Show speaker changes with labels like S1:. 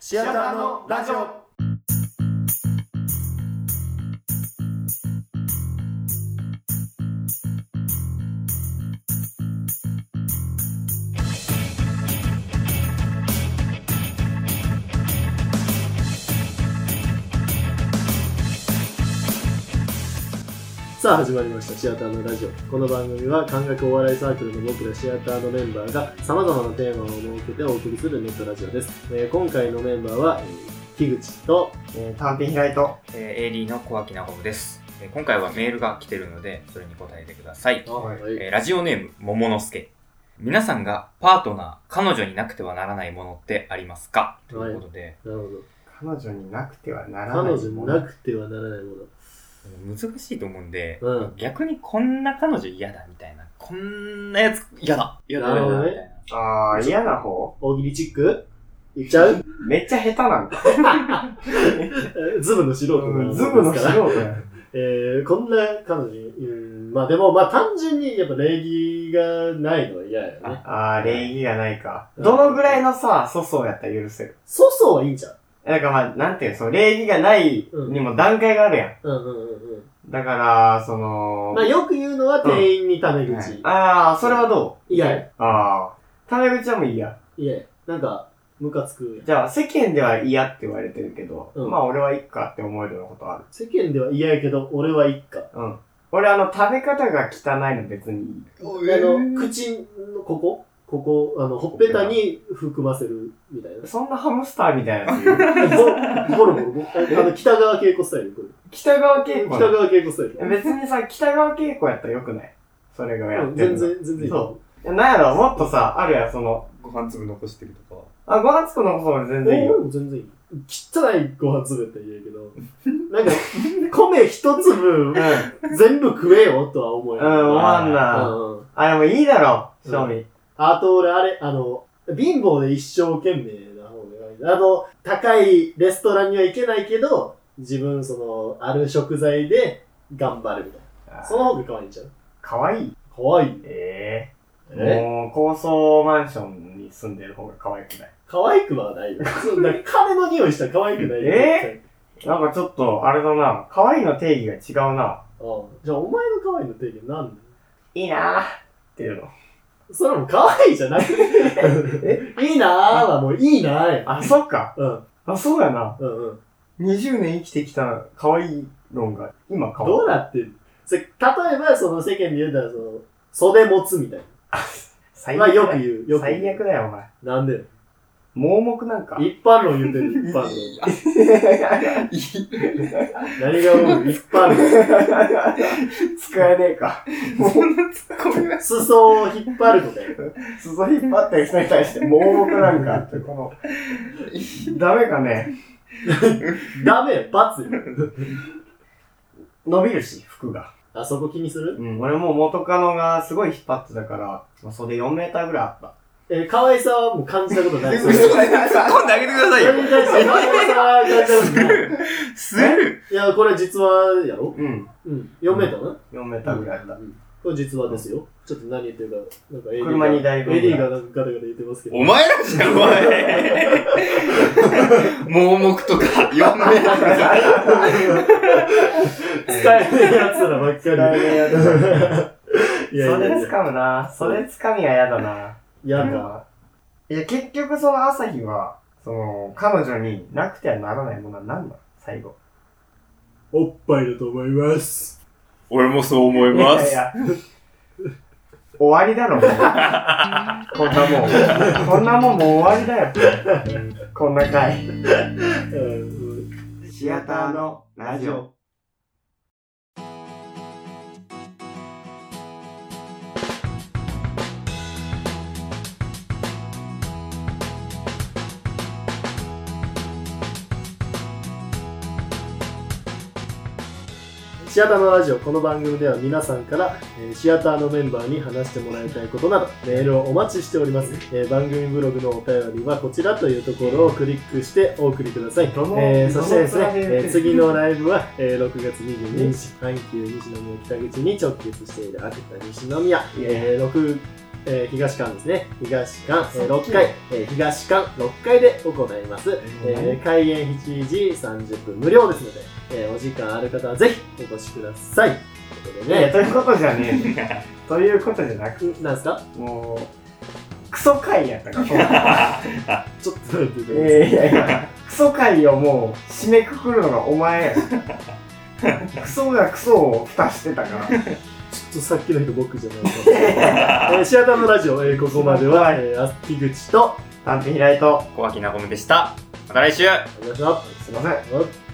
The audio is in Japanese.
S1: シアターのラジオさあ始まりましたシアターのラジオこの番組は感覚お笑いサークルの僕らシアターのメンバーがさまざまなテーマを設けてお送りするネットラジオです、えー今回のメンバーは、えー、樋口と
S2: えー、単品開いと
S3: えー、AD の小脇なほぶです、えー今回はメールが来てるので、それに答えてください。
S2: はい
S1: はい
S3: えーラジオネーム、桃之助。皆さんがパートナー、彼女になくてはならないものってありますかということで、
S1: なるほど
S2: 彼女になくてはならない
S1: 彼女になくてはならないも
S3: 難しいと思うんで、
S1: のうん
S3: 逆にこんな彼女嫌だみたいな、こんなやつ嫌だ嫌だ
S1: なる
S3: 嫌
S1: ほど
S3: だ
S1: ね
S3: みたいな。
S2: ああ嫌な方
S1: 大喜利チックいっちゃう
S2: めっちゃ下手なんだ
S1: えーズブの素人な
S2: ズブの
S1: で
S2: 素
S1: すから
S2: 人や
S1: えーこんな彼女に、うん、まあでも、まあ単純にやっぱ礼儀がないのは嫌やよね。
S2: ああ礼儀がないかどのぐらいのさ粗相やったら許せる
S1: 粗相はいいんじゃん。
S2: なんかまあなんていうのその礼儀がないにも段階があるやん
S1: うんうんうんうん。
S2: だからその、
S1: まあよく言うのは店員にタメ口。
S2: はいああそれはどう
S1: いやいや
S2: ああタメ口はもう嫌
S1: いや、なんか、ムカつくやん。
S2: じゃあ世間では嫌って言われてるけど、
S1: うん
S2: まあ俺はいっかって思えるようなことある
S1: 世間では嫌やけど、俺はいっか。
S2: うん俺あの食べ方が汚いの別にいい
S1: あの、口のここここ、あの、ほっぺたに含ませるみたいな。
S2: そんなハムスターみたいなやついる
S1: ボロボロボロ。あの、北川景子スタイル。これ
S2: 北川景
S1: 北
S2: 子なの
S1: 川景子スタイル。
S2: 別にさ、北川景子やったらよくないそれがや
S1: う
S2: っ
S1: ん
S2: てる
S1: 全
S2: の。
S1: 然、全然いい。
S2: そなんやろ、もっとさ、あるやん、その、
S3: ご飯粒残してるとか。
S2: あ、ご飯作るのこそ俺全然いい
S1: 俺
S2: よ。
S1: も全然いい。汚いご飯粒やったら嫌やけど、なんか、米一粒
S2: うん。
S1: 全部食えよとは思え
S2: うん、思
S1: ない。
S2: わん
S1: う
S2: な。
S1: んうん
S2: あ、でもいいだろ、正味。
S1: あと俺、あれ、あの、貧乏で一生懸命な方がいい。あの、高いレストランには行けないけど、自分、その、ある食材で頑張るみたいな。その方が可愛いんちゃう
S2: かわいい。
S1: 可愛い。
S2: ええもう、高層マンションに住んでる方が可愛くない。
S1: 可愛くはないよ。そうだから金の匂いしたら可愛くないよ。
S2: えなんかちょっと、あれだな、可愛いの定義が違うな。
S1: うんじゃあ、お前の可愛いの定義なんだ
S2: いいなぁ。っていうの。
S1: それはもう可愛いじゃなくて。いいなーはもういいなーや。
S2: あ、そっか。
S1: うん、
S2: あ、そうやな。
S1: うん、うん。
S2: 20年生きてきた可愛い論が、今可愛い。
S1: どうなってるせ例えば、その世間で言うたら、その、袖持つみたいな。
S2: 最
S1: まあ、
S2: 悪だ
S1: よく言う。よく言う
S2: 最悪だよ、お前。
S1: なんで
S2: 盲目なん か。
S1: 一般論言ってる、一般論。
S3: い
S1: 何がもう一般論。
S2: 使えねえか。
S3: や、そんなツッコミは。
S1: 裾を引っ張るとかよ
S2: 裾引っ張ってる人に対して盲目なんかって、 この、ダメかね。
S1: ダメよ、罰よ。
S2: 伸びるし、服が。
S1: あそこ気にする
S2: うん、俺もう元カノがすごい引っ張ってたから、まあ、袖4メーターぐらいあった。
S1: えー、可愛さはもう感じたこと ない。それ
S3: 突
S1: に
S3: っ込んであげてくださいよ。
S1: 対して可愛さは感じたことない。
S3: する
S1: いや、これ実話やろ
S2: うん、
S1: うん。4メーターな
S2: 4メーターぐらいあった。
S1: うんこれ実話ですよ。ちょっと何言ってるか、なんか AD が
S2: 車にだいぶ
S1: AD がなんかガタガタ言ってますけど。
S3: お前らじゃん、お前。 盲目とか、4名とか。
S1: 使え ないやつらばっかり。
S2: 使えねえやつ
S1: いやい
S2: 袖
S1: やいや。
S2: 掴むな。袖掴みは嫌だな。
S1: や
S2: なん
S1: だ。
S2: かいや、結局その朝日は、その、彼女になくてはならないものは何なの最後。
S1: おっぱいだと思います。
S3: 俺もそう思い
S2: い
S3: ま
S2: やい
S3: す。
S2: や。終わりだろ、もう。こんなもん。こんなもんもう終わりだよ。こんな回。
S1: うん
S2: シ
S1: アター
S2: のラ
S1: ジオ。シアターのラジオこの番組では皆さんから、えーシアターのメンバーに話してもらいたいことなどメールをお待ちしております、えー番組ブログのお便りはこちらというところをクリックしてお送りください、え
S2: どの
S1: ーそしてですね
S2: どの面で
S1: えー次のライブは、えー6月22日阪急西宮北口に直結している秋田西宮、えー6えー東館ですね。東館、えー6階、えー東館6階で行います。えー開演7時30分無料ですので、えーお時間ある方はぜひお越しください。ということ
S2: い
S1: で
S2: や、
S1: ね、
S2: ということじゃねえ。ということじゃなく、
S1: なんですか
S2: もう、クソ回やったから、今回
S1: ちょっと待ってください
S2: えーいやいや、クソ回をもう締めくくるのがお前やし。クソがクソを蓋してたから。
S1: ちょっとさっきの人僕じゃないですかえーシアターのラジオ、えーここまでは、えー、アスピグチと、
S2: 探偵開いと、
S3: 小脇なごみでした。また来週
S1: お願いしま
S2: すいません。
S1: す。